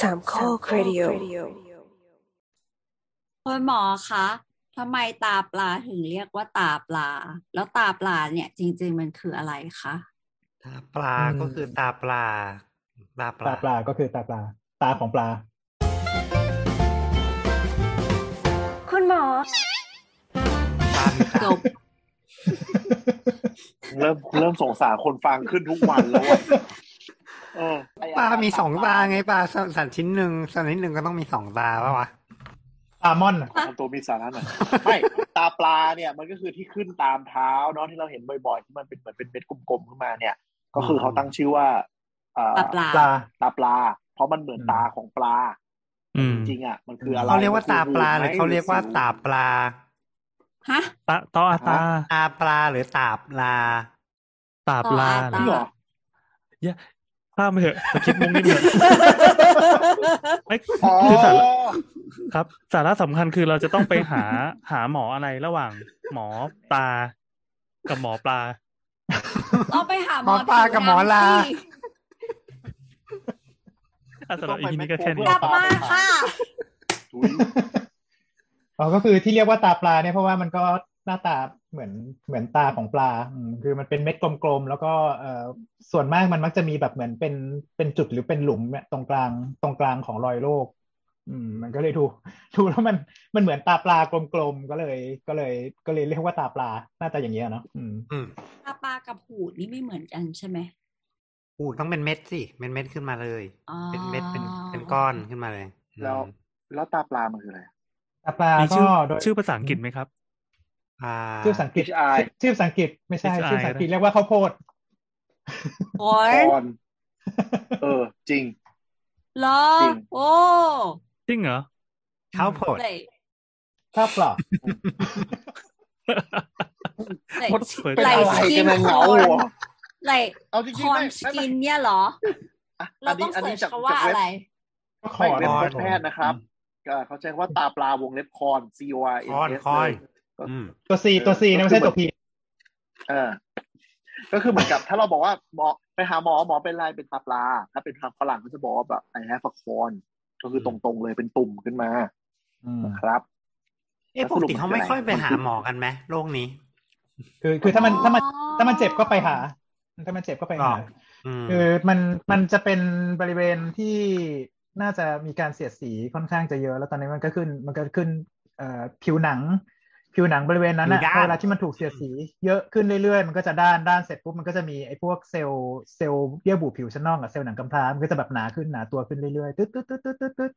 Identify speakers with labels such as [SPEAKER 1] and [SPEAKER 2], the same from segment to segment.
[SPEAKER 1] สามข้อครดิโอ
[SPEAKER 2] คุณหมอคะทำไมตาปลาถึงเรียกว่าตาปลา แล้วตาปลาเนี่ยจริง ๆ มันคืออะไรคะ
[SPEAKER 3] ตาปลาก็คือตาปลา ตาป
[SPEAKER 4] ตา
[SPEAKER 3] ลา
[SPEAKER 4] ปลาก็คือตาปลา ตาของปลา
[SPEAKER 1] คุณหมอ
[SPEAKER 3] ตามีตา
[SPEAKER 2] จ บ
[SPEAKER 5] เริ่มเริ่มสงสารคนฟังขึ้นทุกวันแล้วอะเออ
[SPEAKER 3] ปลามีสองตาไงปลาสัตว์ชิ้นหนึ่งสัตว์นิดหนึ่งก็ต้องมีสองตาปะวะ
[SPEAKER 4] ตามอนอะ
[SPEAKER 5] ทำตัวมีสาระหน่อยไม่ตาปลาเนี่ยมันก็คือที่ขึ้นตามเท้าเนาะที่เราเห็นบ่อยๆที่มันเป็นเหมือนเป็นเม็ดกลมๆขึ้นมาเนี่ย ก็คือเขาตั้งชื่อว่าเอ่อ
[SPEAKER 2] ตาปลา
[SPEAKER 4] ปลา
[SPEAKER 5] ตาปลา เพราะมันเหมือนตาของปลา จริงๆอ่ะมันคืออะไร
[SPEAKER 3] เขาเรียกว่าตาปลาหรื
[SPEAKER 5] มัน
[SPEAKER 3] อ
[SPEAKER 5] คื
[SPEAKER 3] เขาเรียกว่าตาปลา
[SPEAKER 2] ฮะ
[SPEAKER 6] ตาตออาตา
[SPEAKER 3] ตาปลาหรือตาปลา
[SPEAKER 6] ตาปลา
[SPEAKER 2] ตออาตา
[SPEAKER 5] จริงเหรอ
[SPEAKER 6] อย่าข้ามไปเถอะไปคิดมุกนี่เถอะไอ้ย
[SPEAKER 5] อ๋อ
[SPEAKER 6] คือสาระครับ สาระสำคัญคือเราจะต้องไปหา หาหมออะไรระหว่าง หมอตา กับหมอปลา
[SPEAKER 2] ต้องไปหาหม
[SPEAKER 3] หม
[SPEAKER 2] อ
[SPEAKER 3] อปลากับหมอลา
[SPEAKER 2] ผิว
[SPEAKER 6] อ่ะสำหรับอีพีนี้ก็แค่นี้
[SPEAKER 2] หนังสิกลับมาค่ะ
[SPEAKER 5] ถุย
[SPEAKER 4] อ๋อก็คือที่เรียกว่าตาปลาเนี่ยเพราะว่ามันก็หน้าตาเหมือนเหมือนตาของปลาอืมคือมันเป็นเม็ดกลมๆ แล้วก็เอ่อส่วนมากมันมักจะมีแบบเหมือนเป็นเป็นจุดหรือเป็นหลุมเนี่ยตรงกลางตรงกลางของรอยโลก อืม มันก็เลยดูดูแล้วมันมันเหมือนตาปลากลมๆก็เลย ก็เลย ก็เลยเรียกว่าตาปลาหน้าตาอย่างเงี้ยเนาะอืม
[SPEAKER 3] อืม
[SPEAKER 2] ตาปลากับหูดนี่ไม่เหมือนกันใช่ไหม
[SPEAKER 3] อูดต้องเป็นเม็ดสิเป็นเม็ดขึ้นมาเลย
[SPEAKER 2] อ๋อ
[SPEAKER 3] เป็นเม็ดเป็นเป็นก้อนขึ้นมาเลยอืม
[SPEAKER 5] แล้วแล้วตาปลามันคืออะไร
[SPEAKER 4] ตาปลา
[SPEAKER 6] มี
[SPEAKER 4] ก็
[SPEAKER 6] ชื่อ
[SPEAKER 4] โดย
[SPEAKER 6] ชื่อภาษาอังกฤษไหมครับ
[SPEAKER 3] ปลา
[SPEAKER 4] ชื่อภาษาอังกฤษ
[SPEAKER 5] HI
[SPEAKER 4] ชื่อภาษาอังกฤษไม่ใช่
[SPEAKER 6] HI
[SPEAKER 4] ชื่อภาษาอังกฤษ
[SPEAKER 6] นะ
[SPEAKER 4] เรียกว่าข้าวโพด
[SPEAKER 2] โอ้ย
[SPEAKER 5] ก่อน เออ จริง
[SPEAKER 2] เหรอ
[SPEAKER 5] จริง
[SPEAKER 2] โอ้
[SPEAKER 6] จริงเหรอ
[SPEAKER 3] ข้าวโพด
[SPEAKER 2] เตะ
[SPEAKER 4] ข้าวเปล่า
[SPEAKER 2] เตะ
[SPEAKER 6] โคตรสวย
[SPEAKER 2] ไหล่สกิน
[SPEAKER 5] เป็นอะไรกันนะเห
[SPEAKER 2] ค
[SPEAKER 5] งา
[SPEAKER 2] อน
[SPEAKER 5] เหรอ
[SPEAKER 2] ไหล่
[SPEAKER 5] เอาจริง
[SPEAKER 2] คอ
[SPEAKER 5] ๆไม่
[SPEAKER 2] นส
[SPEAKER 5] ไม่
[SPEAKER 2] กิ
[SPEAKER 5] ไม่
[SPEAKER 2] นเนี่ยเหรอ
[SPEAKER 5] อ่ะ
[SPEAKER 2] เราต้อง
[SPEAKER 5] น
[SPEAKER 2] เสิ
[SPEAKER 5] นี้
[SPEAKER 2] ร์ช
[SPEAKER 5] นนี้จก
[SPEAKER 2] คำว่า
[SPEAKER 5] จก
[SPEAKER 2] อะ
[SPEAKER 5] เบ
[SPEAKER 2] ไร
[SPEAKER 4] ข
[SPEAKER 5] ไม่
[SPEAKER 4] อ
[SPEAKER 5] เว็บ
[SPEAKER 3] คอ
[SPEAKER 5] เว็
[SPEAKER 3] น
[SPEAKER 5] บแพทย์นะครับก็เขาใช้คำว่าตาปลาวงเล็บคอน C O R
[SPEAKER 3] คอน
[SPEAKER 5] N
[SPEAKER 3] คอน
[SPEAKER 5] S
[SPEAKER 3] อืม
[SPEAKER 4] ตัวซีตัวซีนะไม่ใช่ตัวพี
[SPEAKER 5] เออ ก็คือเหมือนกับ ถ้าเราบอกว่าหมอไปหาหมอหมอเป็นไรเป็นตาปลา ถ้าเป็นทางฝรั่งก็จะบอกว่าแบบไอ้แฮฟคอนก็คือตรงๆเลยเป็นตุ่มขึ้นมาครับ
[SPEAKER 3] เอ๊ะปกติเขาไม่ค่อยไปหาหมอกันไหมโรคนี้
[SPEAKER 4] คือคือถ้ามันถ้ามัน
[SPEAKER 2] อ๋อ
[SPEAKER 4] ถ้ามันเจ็บก็ไปหา ถ้ามันเจ็บก็ไปหา
[SPEAKER 3] อ๋ อืม
[SPEAKER 4] คือมันมันจะเป็นบริเวณที่น่าจะมีการเสียดสีค่อนข้างจะเยอะ แล้วตอนนี้มันก็ขึ้นมันก็ขึ้นเอ่อผิวหนัง ผิวหนังบริเวณนั้นอะพอเวลาที่มันถูกเสียดสีเยอะขึ้นเรื่อยๆ มันก็จะด้านด้านเสร็จปุ๊บมันก็จะมีไอ้พวกเซลล์เซลล์เยื่อบุผิวชั้นนอกกับเซลล์หนังกำพร้ามันก็จะแบบหนาขึ้นหนาตัวขึ้นเรื่อยๆตึ๊ดตึ๊ดตึ๊ดตึ๊ดตึ๊ดตึ๊ด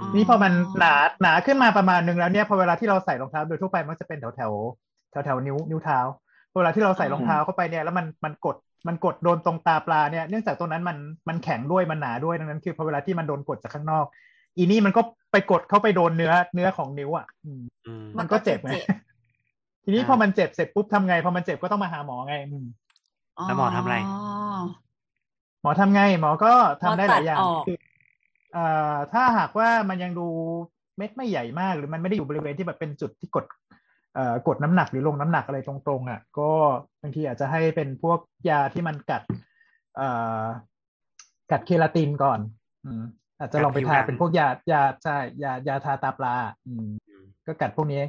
[SPEAKER 2] อ๋อ
[SPEAKER 4] นี่พอมันหนาหนาขึ้นมาประมาณหนึ่งแล้วเนี่ยพอเวลาที่เราใส่รองเท้าโดยทั่วไปมันจะเป็นแถวแถวแถวแถวๆนิ้วนิ้วเท้าพอเวลาที่เราใส่รองเท้าเข้าไปเนี่ยแล้วมันมันกดมันกดโดนตรงตาปลาเนี่ยเนื่องจากตรงนั้นมันมันแข็งด้วยมันหนาด้วยดังนั้นคือพอเวลาที่มันโดนกดจากข้างนอก อีนี่มันก็ไปกดเข้าไปโดนเนื้อเนื้อของนิ้วอ่ะอืม
[SPEAKER 3] อืม
[SPEAKER 4] มันก็เจ็บไง ทีนี้
[SPEAKER 3] อ่า
[SPEAKER 4] พอมันเจ็บเสร็จปุ๊บทำไงพอมันเจ็บก็ต้องมาหาหมอไงอืม
[SPEAKER 3] แล้วหมอทำอะไร
[SPEAKER 4] หมอทำไงหมอก็ทำได้หลายอย่าง
[SPEAKER 2] หมอตัดออก
[SPEAKER 4] คือเอ่อถ้าหากว่ามันยังดูเม็ดไม่ใหญ่มาก หรือมันไม่ได้อยู่บริเวณที่แบบเป็นจุดที่กด เอ่อกดน้ำหนักหรือลงน้ำหนักอะไรตรงๆอ่ะ ก็บางทีอาจจะให้เป็นพวกยาที่มันกัด เอ่อกัดเคลาตินก่อน อืม อาจจะลองไปทา
[SPEAKER 3] กัดผิวหนัง
[SPEAKER 4] เป็นพวกยายาใช่ยายาทาตาปลา อืม ก็กัดพวกนี้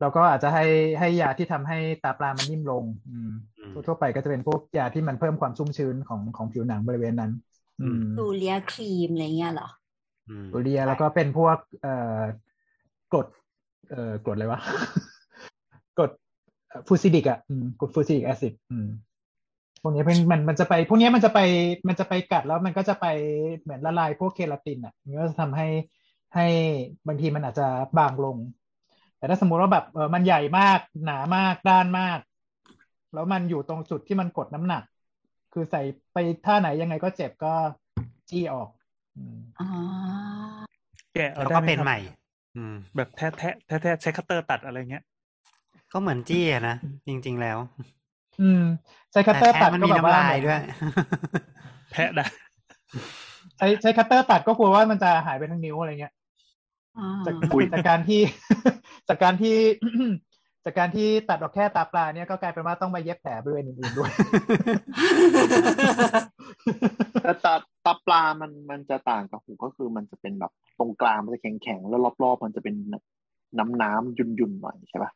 [SPEAKER 4] แล้วก็อาจจะให้ให้ยาที่ทำให้ตาปลามันนิ่มลง อืม
[SPEAKER 3] อืม
[SPEAKER 4] ทั่วๆไปก็จะเป็นพวกยาที่มันเพิ่มความชุ่มชื้นของของผิวหนังบริเวณนั้น อืม
[SPEAKER 2] ดูเลียครีมอะไรเงี้ยเหรอ
[SPEAKER 3] อืม
[SPEAKER 4] ตัวเรียแล้วก็เป็นพวกเอ่อกรดเอ่อกรดอะไร วะ กรดฟูซิดิกอ่ะอืมกรดฟูซิดิกแอซิดอืมพวกนี้เป็นมันมันจะไปพวกนี้มันจะไปมันจะไปกัดแล้วมันก็จะไปเหมือนละลายพวกเคลาตินอ่ะมันก็จะทำให้ให้บางทีมันอาจจะบางลง แต่ถ้าสมมุติว่าแบบเออมันใหญ่มากหนามากด้านมาก แล้วมันอยู่ตรงจุดที่มันกดน้ำหนัก คือใส่ไปท่าไหนยังไงก็เจ็บก็จี้ออกอืม
[SPEAKER 2] อ๋อ
[SPEAKER 6] แกะ
[SPEAKER 3] แล้ว
[SPEAKER 6] เอาได้
[SPEAKER 3] ก็
[SPEAKER 6] ไหม
[SPEAKER 3] เป็น
[SPEAKER 6] ครับ
[SPEAKER 3] ใหม่ อืม
[SPEAKER 6] แบบแทะแทะแทะแทะใช้คัตเตอร์ตัดอะไรเงี้ย
[SPEAKER 3] ก็เหมือนจี้อะนะจริง ๆ แล้ว
[SPEAKER 4] อืมใช้คัตเตอร์ตั
[SPEAKER 3] แทะ
[SPEAKER 4] ด
[SPEAKER 3] มัน
[SPEAKER 4] ก็
[SPEAKER 3] มี
[SPEAKER 4] แบบว่า
[SPEAKER 3] น้ำลายด้วย
[SPEAKER 6] แพะนะ
[SPEAKER 4] ใช้ใช้คัตเตอร์ตัดก็กลัวว่ามันจะหายไปทั้งนิ้วอะไรเงี้ย
[SPEAKER 2] อ๋อ
[SPEAKER 4] จาก
[SPEAKER 5] อุ๊ย
[SPEAKER 4] จากการที่ จากการที่ จากการที่ตัดออกแค่ตาปลาเนี่ยก็กลายเป็นว่าต้องมาเย็บ แผลบริเวณอื่นๆด้วย
[SPEAKER 5] แต่ตาตาปลามัน มันจะต่างกับหูก็คือมันจะเป็นแบบตรงกลางมันจะแข็งๆแล้วรอบๆมันจะเป็นน้ำน้ำๆยุ่นๆหน่อยใช่ปะ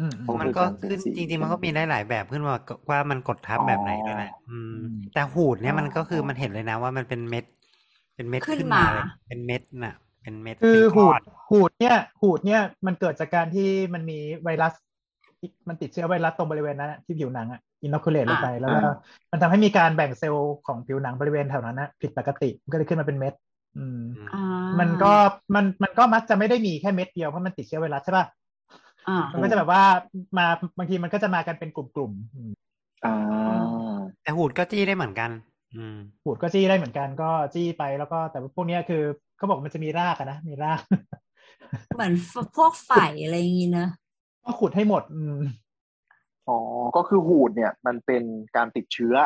[SPEAKER 4] อืมอืม
[SPEAKER 3] มันก็
[SPEAKER 5] การเซ็น
[SPEAKER 3] ขึ้น
[SPEAKER 5] สี
[SPEAKER 3] จริงๆมันก็มีได้หลายแบบขึ้นมาว่ามันกดทับแบบไหนด้วยนะอืม
[SPEAKER 4] อืม
[SPEAKER 3] แต่หูดเนี่ยมันก็คือ
[SPEAKER 5] อ
[SPEAKER 3] มันเห็นเลยนะว่ามันเป็นเม็ด เป็นเม็ด
[SPEAKER 2] ขึ้น
[SPEAKER 3] ขึ้นมา
[SPEAKER 2] มา
[SPEAKER 3] เลยเป็นเม็ดน่ะ เป็นเม็ด
[SPEAKER 4] คือ
[SPEAKER 3] เป็น
[SPEAKER 4] หู
[SPEAKER 3] ก้
[SPEAKER 4] ด
[SPEAKER 3] น
[SPEAKER 4] หูดเนี่ย หูดเนี่ยมันเกิดจากการที่มันมีไวรัส มันติดเชื้อไวรัสตรงบริเวณนั้นอะที่ผิวหนังอะอินโนคูเลตลงไป แล้วก็
[SPEAKER 5] อ่า
[SPEAKER 4] มันทำให้มีการแบ่งเซลล์ของผิวหนังบริเวณแถวนั้นนะผิดปกติมันก็เลยขึ้นมาเป็นเม็ด อืม
[SPEAKER 2] อ่า
[SPEAKER 4] มันก็มันมันก็มักจะไม่ได้มีแค่เม็ดเดียวเพราะมันติดเชื้อไวรัสใช่ป่ะ
[SPEAKER 2] อ่า
[SPEAKER 4] มันก็จะแบบว่ามาบางทีมันก็จะมากันเป็นกลุ่มๆอืม
[SPEAKER 5] อ่า
[SPEAKER 3] แต่หูดก็จี้ได้เหมือนกัน อืม
[SPEAKER 4] หูดก็จี้ได้เหมือนกันก็จี้ไปแล้วก็แต่ว่าพวกเนี้ยคือเขาบอกมันจะมีรากอะนะมีราก
[SPEAKER 2] เหมือนพวกไฝอะไรอย่างงี้เนอะ
[SPEAKER 4] ก็ขุดให้หมดอืม
[SPEAKER 5] อ๋อ ก็คือหูดเนี่ย มันเป็นการติดเชื้อ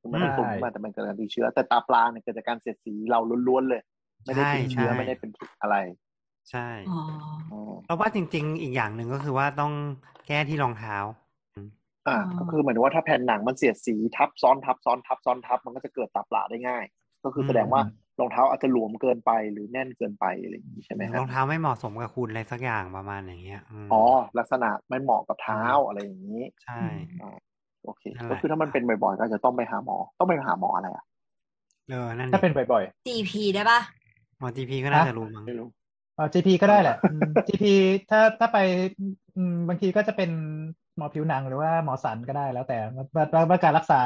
[SPEAKER 5] มันเป็นตุ่ม
[SPEAKER 4] ใช่
[SPEAKER 5] มาแต่มันเกิดการติดเชื้อ แต่ตาปลาเนี่ยเกิดจากการเสียดสีเราล้วนๆเลย ไม่ได้ติดเชื้อ
[SPEAKER 3] ใช่
[SPEAKER 5] ไม่ได้เป็นอะไร
[SPEAKER 3] ใช่
[SPEAKER 2] อ๋อ
[SPEAKER 5] อ๋อ
[SPEAKER 3] เพราะว่าจริง ๆ อีกอย่างหนึ่งก็คือว่าต้องแก้ที่รองเท้า
[SPEAKER 5] อ่า ก็คือหมายถึงว่าถ้าแผ่นหนังมันเสียดสีทับซ้อนทับซ้อนทับซ้อนทับ มันก็จะเกิดตาปลาได้ง่าย ก็คือแสดงว่ารองเท้าอาจจะหลวมเกินไปหรือแน่นเกินไปอะไรอย่างนี้ใช่ไหมค
[SPEAKER 3] ร
[SPEAKER 5] รับ
[SPEAKER 3] องเท้าไม่เหมาะสมกับคุณอะไรสักอย่างประมาณอย่างเงี้ยม
[SPEAKER 5] อ๋อ ลักษณะไม่เหมาะกับเท้าอะไรอย่างนี้
[SPEAKER 3] ใช่
[SPEAKER 5] โอเค
[SPEAKER 3] นั่นแหละ
[SPEAKER 5] ก็คือถ้ามันเป็นบ่อยๆ ก็อาจจะต้องไปหาหมอ ต้องไปหาหมออะไรอ่ะ
[SPEAKER 3] เออนั่น
[SPEAKER 4] ถ้าเป็นบ่อย
[SPEAKER 2] ตีพีได้ปะ
[SPEAKER 3] หมอจีพีก็น่า
[SPEAKER 4] ฮะ
[SPEAKER 3] จะรู้มั้ง
[SPEAKER 5] ไม่รู้
[SPEAKER 4] ๆเอ่อ GP ก็ได้แหละอืม GP ถ้าถ้าไปอืมบางทีก็จะเป็นหมอผิวหนังหรือว่าหมอสันก็ได้แล้วแต่ว่าว่าว่าการรักษา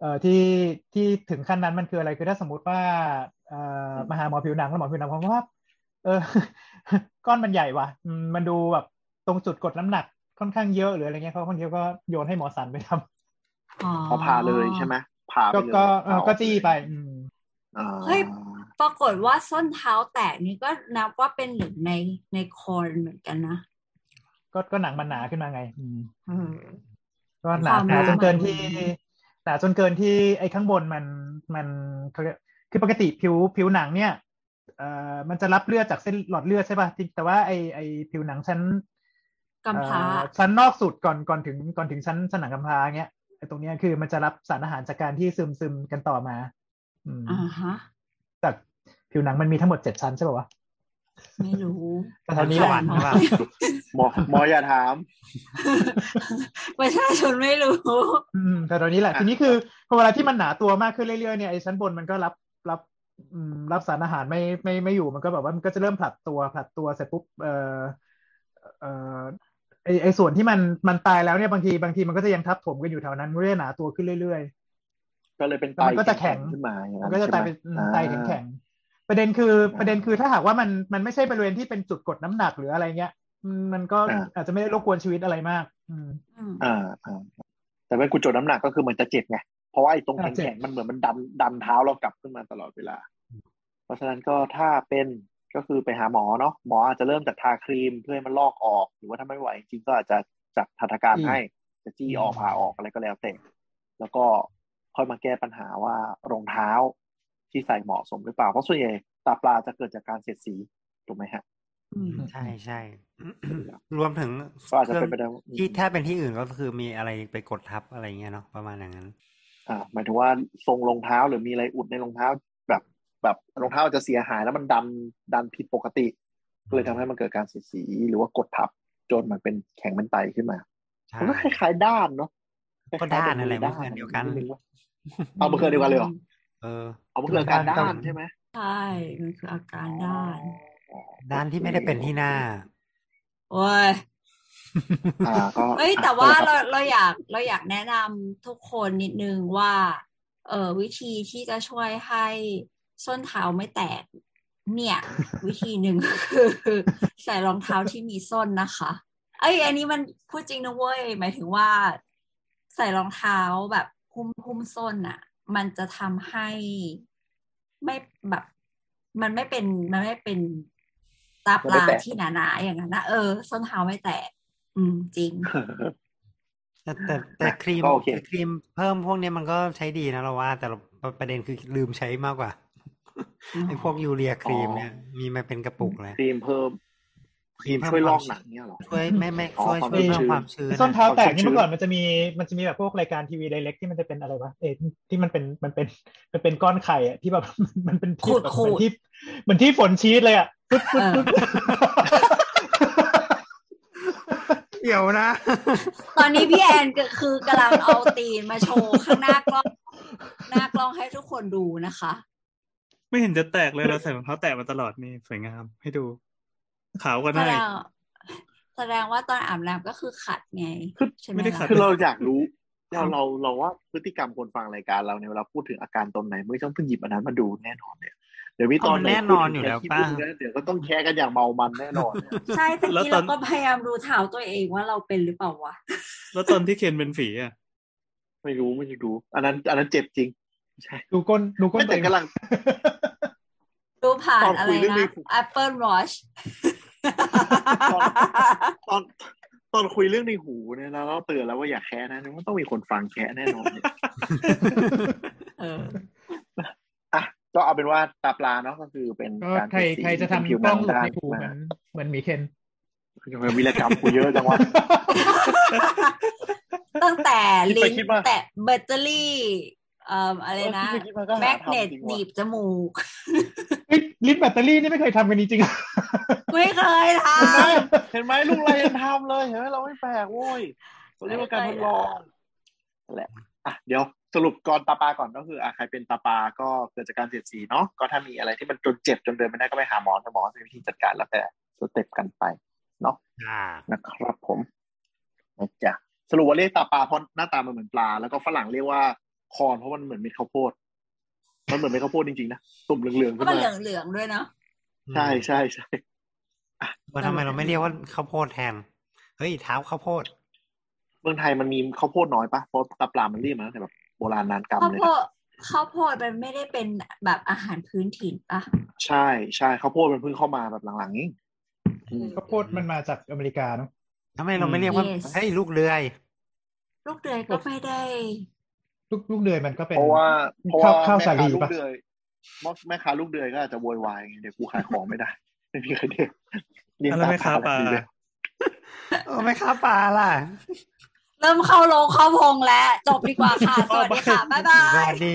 [SPEAKER 4] เอ่อที่ที่ถึงขั้นนั้นมันคืออะไรคือถ้าสมมติว่าเอ่อ
[SPEAKER 5] อืม
[SPEAKER 4] มาหาหมอผิวหนังแล้วหมอผิวหนังบอกว่า เอ อ ก้อนมันใหญ่ว่ะอืมมันดูแบบตรงจุดกดน้ำหนักค่อนข้างเยอะหรืออะไรเงี้ยเขาคนเดียวก็โยนให้หมอสันไปทำ
[SPEAKER 2] อ๋อ
[SPEAKER 5] เขาพาเลยใช่ไหมพาไป
[SPEAKER 4] ก็
[SPEAKER 5] เลย
[SPEAKER 4] ก็
[SPEAKER 5] พา
[SPEAKER 4] เอ่อ
[SPEAKER 5] ออ
[SPEAKER 4] ก็จี้ไป อืม
[SPEAKER 5] อ่า
[SPEAKER 2] เฮ้ย ปรากฏว่าส้นเท้าแตกนี่ก็นับว่าเป็นหนึ่งในในคอนเหมือนกันนะ
[SPEAKER 4] ก็ก็หนังมันหนาขึ้นมาไง อืม
[SPEAKER 2] เออ
[SPEAKER 4] ก็หนา
[SPEAKER 2] ความ
[SPEAKER 4] หนาจนเกิน
[SPEAKER 2] หนา
[SPEAKER 4] ที่หนาจนเกินที่ไอ้ข้างบนมันมันเขาเรียกคือปกติผิวผิวหนังเนี่ยเอ่อมันจะรับเลือดจากเส้นหลอดเลือดใช่ป่ะที่แต่ว่าไอ้ไอ้ผิวหนังชั้น
[SPEAKER 2] กำพร้า
[SPEAKER 4] เอ่อชั้นนอกสุดก่อนก่อนถึงก่อนถึงชั้นชั้นหนังกำพร้าเงี้ยไอ้ตรงเนี้ยคือมันจะรับสารอาหารจากการที่ซึมซึมกันต่อมา อืม
[SPEAKER 2] อ่าฮะ
[SPEAKER 4] จากผิวหนังมันมีทั้งหมดเจ็ดชั้นใช่ป่าวะ
[SPEAKER 2] ไม่รู้
[SPEAKER 4] ก็เท่านี้
[SPEAKER 3] ส
[SPEAKER 4] แหละ
[SPEAKER 3] วรรค์หรือเปล่า
[SPEAKER 5] หมอหมออย่าถาม
[SPEAKER 2] ประชาชนไม่รู้
[SPEAKER 4] อืมแต่ตอนนี้แหละ
[SPEAKER 5] อ่ะ
[SPEAKER 4] ทีนี้คือพอเวลาที่มันหนาตัวมากขึ้นเรื่อยๆเนี่ยไอ้ชั้นบนมันก็รับรับอืมรับสารอาหารไม่ไม่ไม่อยู่มันก็แบบว่ามันก็จะเริ่มผลัดตัวผลัดตัวเสร็จปุ๊บเอ่อเอ่อไอไอส่วนที่มันมันตายแล้วเนี่ยบางทีบางทีมันก็จะยังทับถมกันอยู่แถวนั้นมันก็จะหนาตัวขึ้นเรื่อย
[SPEAKER 5] ก็เลยเป็นไต
[SPEAKER 4] มันก็จะแข็ง
[SPEAKER 5] ขึ้นมาอย่าง
[SPEAKER 4] ๆ มั
[SPEAKER 5] นั้น
[SPEAKER 4] นก็จะตายเป็นอืมตาย
[SPEAKER 5] ใช่ไหม
[SPEAKER 4] แข็งๆประเด็นคือประเด็นคือถ้าหากว่ามันมันไม่ใช่บริเวณที่เป็นจุดกดน้ำหนักหรืออะไรเงี้ยอืมมันก็อาจจะไม่ได้รบกวนชีวิตอะไรมาก อืม
[SPEAKER 2] อืม
[SPEAKER 5] อ่าอ่าแต่เป็นกุจดน้ำหนักก็คือมันจะเจ็บไง เพราะว่าไอ้ตรง
[SPEAKER 4] อ่าเจ็
[SPEAKER 5] แข็
[SPEAKER 4] บ
[SPEAKER 5] งๆมันเหมือนมันดันดันเท้าเรากลับขึ้นมาตลอดเวลา เพราะฉะนั้นก็ถ้าเป็นก็คือไปหาหมอเนาะหมออาจจะเริ่มจากทาครีมเพื่อให้มันลอกออก หรือว่าถ้าไม่ไหวจริงๆก็อาจจะจัดทันตการให้จะจี้ออกผ่าออกอะไรก็แล้วแต่แล้วก็ค่อยมาแก้ปัญหาว่ารองเท้าที่ใส่เหมาะสมหรือเปล่าเพราะส่วนใหญ่ตาปลาจะเกิดจากการเสียดสีถูกไหมฮะ
[SPEAKER 2] อืม
[SPEAKER 3] ใช่ใช่ รวมถึง
[SPEAKER 5] ก็อาจจะ
[SPEAKER 3] เครื่
[SPEAKER 5] เป็นไปได้ว่าอืม
[SPEAKER 3] ที่ถ้าเป็นที่อื่นก็คือมีอะไรไปกดทับอะไรเงี้ยเนาะประมาณอย่างนั้น
[SPEAKER 5] อ่าหมายถึงว่าทรงรองเท้าหรือมีอะไรอุดในรองเท้าแบบแบบรองเท้าอาจจะเสียหายแล้วมันดันดันผิดปกติก็เลยทำให้มันเกิดการเสียดสีหรือว่ากดทับจนมันเป็นแข็งเป็นไตขึ้นมา
[SPEAKER 3] ใช่
[SPEAKER 5] มันก็คล้ายๆด้านเนาะ
[SPEAKER 3] ก็ด้านนั่นแหละมันคืออันเดียวกัน
[SPEAKER 5] เอามันคืออันเดียวกันเลยเหรอ
[SPEAKER 3] เออ
[SPEAKER 5] เอามันคืออาการด้านใช่ไหม
[SPEAKER 2] ใช่ มันคืออาการด้าน
[SPEAKER 3] ด้านที่ไม่ได้เป็นที่หน้า
[SPEAKER 2] โอ้ย
[SPEAKER 5] อ่าก็
[SPEAKER 2] เอ้ย แต่ว่า
[SPEAKER 5] ก็
[SPEAKER 2] เรา
[SPEAKER 5] ลย
[SPEAKER 2] เราอยากเราอยากแนะนำทุกคนนิดนึงว่า เออวิธีที่จะช่วยให้ส้นเท้าไม่แตก เนี่ย วิธีหนึ่งคือใส่รองเท้าที่มีส้นนะคะ เอ้ย อันนี้มันพูดจริงนะเว้ย หมายถึงว่า ใส่รองเท้าแบบหุ้มหุ้มส้นอะมันจะทำให้ไม่แบบ มันไม่เป็นมันไม่เป็นตาปลาที่หนาๆอย่างนั้นนะเออ ส้นเท้าไม่แตกอืมจริง
[SPEAKER 5] ครับ
[SPEAKER 3] แต่แต่แต่ครีม
[SPEAKER 5] ก็โอเค
[SPEAKER 3] แต่ครีมเพิ่มพวกเนี้ยมันก็ใช้ดีนะเราว่า แต่เราประเด็นคือลืมใช้มากกว่า
[SPEAKER 2] อ๋อ
[SPEAKER 3] ไอ้พวกยูเรียครีมเนี่ยมีมาเป็นกระปุกเลย
[SPEAKER 5] ครีมเพิ่ม ครีมช่วยลอกหนังเนี่ยเหรอ
[SPEAKER 7] ช่วยไม่ไม่
[SPEAKER 5] อ๋อ
[SPEAKER 7] ช่วย
[SPEAKER 5] ความ
[SPEAKER 7] ช่วยเพิ่มความ
[SPEAKER 5] ชื้น
[SPEAKER 7] ชื้น
[SPEAKER 4] ส้นเท้าแตกนี่
[SPEAKER 5] ความชื้น
[SPEAKER 4] เมื่อก่อนมันจะมีมันจะมีแบบพวกรายการทีวีไดเรกที่มันจะเป็นอะไรวะเออที่มันเป็นมันเป็นมันเป็นก้อนไข่อะที่แบบ มันเป็นที่
[SPEAKER 2] ขูด
[SPEAKER 4] แบบ
[SPEAKER 2] ขูด
[SPEAKER 4] เหมือนที่เหมือนที่ฝนชีส เลยอะปึ๊ดปึ๊ด
[SPEAKER 2] เออ
[SPEAKER 4] ปึ๊ด
[SPEAKER 3] เดี๋ยวนะ
[SPEAKER 2] ตอนนี้พี่แอนก็คือกำลังเอาตีนมาโชว์ข้างหน้ากล้องหน้ากล้องให้ทุกคนดูนะคะ
[SPEAKER 6] ไม่เห็นจะแตกเลยเราใส่รองเท้าแตะมาตลอดนี่สวยงามให้ดู ขาวก็
[SPEAKER 2] แส
[SPEAKER 6] ได้
[SPEAKER 2] ดงแสดงว่าตอนอาบน้ำก็คือขัดไงใช่ห
[SPEAKER 6] ไม่ได้ขัด
[SPEAKER 5] คือเราอยากรู้เราเราเราว่าพฤติกรรมคนฟังรายการเราเนี่ยเวลาพูดถึงอาการตนไหนไม่ต้องเพิ่งหยิบอันนั้นมาดูแน่นอนเนี่ยเดี๋ยวมีตอนไห
[SPEAKER 7] แน่นอนอยู่แล้ว
[SPEAKER 5] พูด
[SPEAKER 7] ป้า
[SPEAKER 5] ถึงแค่ที่พูดนะเดี๋ยวก็ต้องแค่กันอย่างเมามันแน่นอนเนี่ย
[SPEAKER 2] ใช่แต่
[SPEAKER 6] แล้ว
[SPEAKER 2] กี้
[SPEAKER 6] ตอ
[SPEAKER 2] เรา
[SPEAKER 6] น
[SPEAKER 2] ก็พยายามดูเท้าตัวเองว่าเราเป็นหรือเปล่าวะ
[SPEAKER 6] แล้วตอนที่เคนเป็นฝีอ่ะ
[SPEAKER 5] ไม่รู้ไม่รู้อันนั้น อันนั้นเจ็บจริงไม่ใช่
[SPEAKER 4] ดูก้นดูก้น
[SPEAKER 5] ไม่
[SPEAKER 4] ว
[SPEAKER 5] แต่
[SPEAKER 4] เอง
[SPEAKER 5] กำลัง
[SPEAKER 2] ดูผ่าน
[SPEAKER 5] ตอน
[SPEAKER 2] อะไร
[SPEAKER 5] คุยเรื่องนี้
[SPEAKER 2] นะ Apple Watch
[SPEAKER 5] ตอน ตอนตอนคุยเรื่องในหูเนี่ยแล้วเราเตือนแล้วว่าอย่าแค่นะมันต้องมีคนฟังแค่แน่นอนเนี่ย
[SPEAKER 2] เออ
[SPEAKER 5] อ่ะก็เอาเป็นว่าตาปลาเนาะก็คือเป็น
[SPEAKER 4] ก็
[SPEAKER 5] การ
[SPEAKER 4] ใคร
[SPEAKER 5] เป็นสี
[SPEAKER 4] ใครจะ
[SPEAKER 5] เป็นผิว
[SPEAKER 4] ทำก
[SPEAKER 5] ห
[SPEAKER 4] ล้องหลบ
[SPEAKER 5] นังด้า
[SPEAKER 4] ใน
[SPEAKER 5] น
[SPEAKER 4] หูเหมือนเหมือนหมีเคน
[SPEAKER 5] ทำไมวิรกรรมกูเยอะจังวะ
[SPEAKER 2] ตั้งแต่
[SPEAKER 5] คิดไป
[SPEAKER 2] ลิ้น
[SPEAKER 5] คิดมา
[SPEAKER 2] แต่แบตเตอรี่เอ่ออะไรนะ
[SPEAKER 5] เออ คิดไปคิดาก็
[SPEAKER 2] แม
[SPEAKER 5] หาก
[SPEAKER 2] เนต
[SPEAKER 5] ทำจริง
[SPEAKER 2] ห
[SPEAKER 5] ว่ะ
[SPEAKER 2] นีบจมูก
[SPEAKER 4] เฮ้ยลิ้นแบตเตอรี่นี่ไม่เคยทำกันจริงๆ
[SPEAKER 2] ไม่เคยท
[SPEAKER 5] เห็นไหมเห็นไหมลูกเรายังทำเลยเห็นไหมเราไม่แปลกโว้ยเราเรียกว่าการทดลองนั่นแหละอ่ะเดี๋ยวสรุปก่อนตาปาก่อนก็คืออ่ะใครเป็นตาปาก็เกิดจากการเสียดสีเนาะก็ถ้ามีอะไรที่มันจนเจ็บจนเดินไม่ได้ก็ไปหาหมอแต่หมอจะมีวิธีจัดการแล้วแต่สเต็ปกันไป
[SPEAKER 3] อ่า
[SPEAKER 5] นะครับผมนะจ๊ะสรุปว่าเรียกตาปาเพราะหน้าตามันเหมือนปลา แล้วก็ฝรั่งเรียกว่าคอนเพราะมันเหมือนเม็ดข้าวโพดมันเหมือนเม็ดข้าวโพดจริงๆนะตุ่มเหลืองๆ
[SPEAKER 2] ำเพ
[SPEAKER 5] ขึ้น
[SPEAKER 2] ราะมัน
[SPEAKER 5] มา
[SPEAKER 2] เหลืองๆด้วยเนาะ
[SPEAKER 5] ใช่ใช่ใช่
[SPEAKER 7] ว่าทำไมเราไม่เรียกว่าข้าวโพดแทนเฮ้ยเท้าข้าวโพด
[SPEAKER 5] เมืองไทยมันมีข้าวโพดน้อยปะเพราะตาปลามันรีบมาตั้งแต่แบบโบราณนานกรรม
[SPEAKER 2] ข้าว
[SPEAKER 5] เลย
[SPEAKER 2] โพ
[SPEAKER 5] นะ
[SPEAKER 2] ดข้าวโพดมันไม่ได้เป็นแบบอาหารพื้นถิ่นปะ
[SPEAKER 5] ใช่ใช่ข้าวโพดมันเพิ่งเข้ามาแบบหลังๆนี้อืม
[SPEAKER 4] ข้าวโพดมันมา จากอเมริกาเนาะ
[SPEAKER 7] ทำไมเราไม่เรียกว่าเฮ้ยลูกเรือย
[SPEAKER 2] ลูกเดือยก็ไม่ได้
[SPEAKER 4] ลูกลูกเดือยมันก็เป็น
[SPEAKER 5] เพราะว่าเพราะว่า
[SPEAKER 4] ข้าวข้าวสา
[SPEAKER 5] แม่ค้า
[SPEAKER 4] ลี
[SPEAKER 5] ลูก
[SPEAKER 4] ปะ
[SPEAKER 5] เดือยแม่ค้าลูกเดือยก็อาจจะโวยวายไงเดี๋ยวกูขายของไม่ได้ ไม่มีใครเด็กเรียน
[SPEAKER 6] อะไรไหมครับ
[SPEAKER 5] ต
[SPEAKER 6] ปลา
[SPEAKER 5] มดีเลย
[SPEAKER 7] เออไม่ค้าปลา ล่ะ
[SPEAKER 2] เริ่มเข้าโรงเข้าพงแล้ว จบดีกว่าค่ะ สวัสดีค่ะ บ๊ายบา
[SPEAKER 7] สวั
[SPEAKER 2] ย
[SPEAKER 7] สดี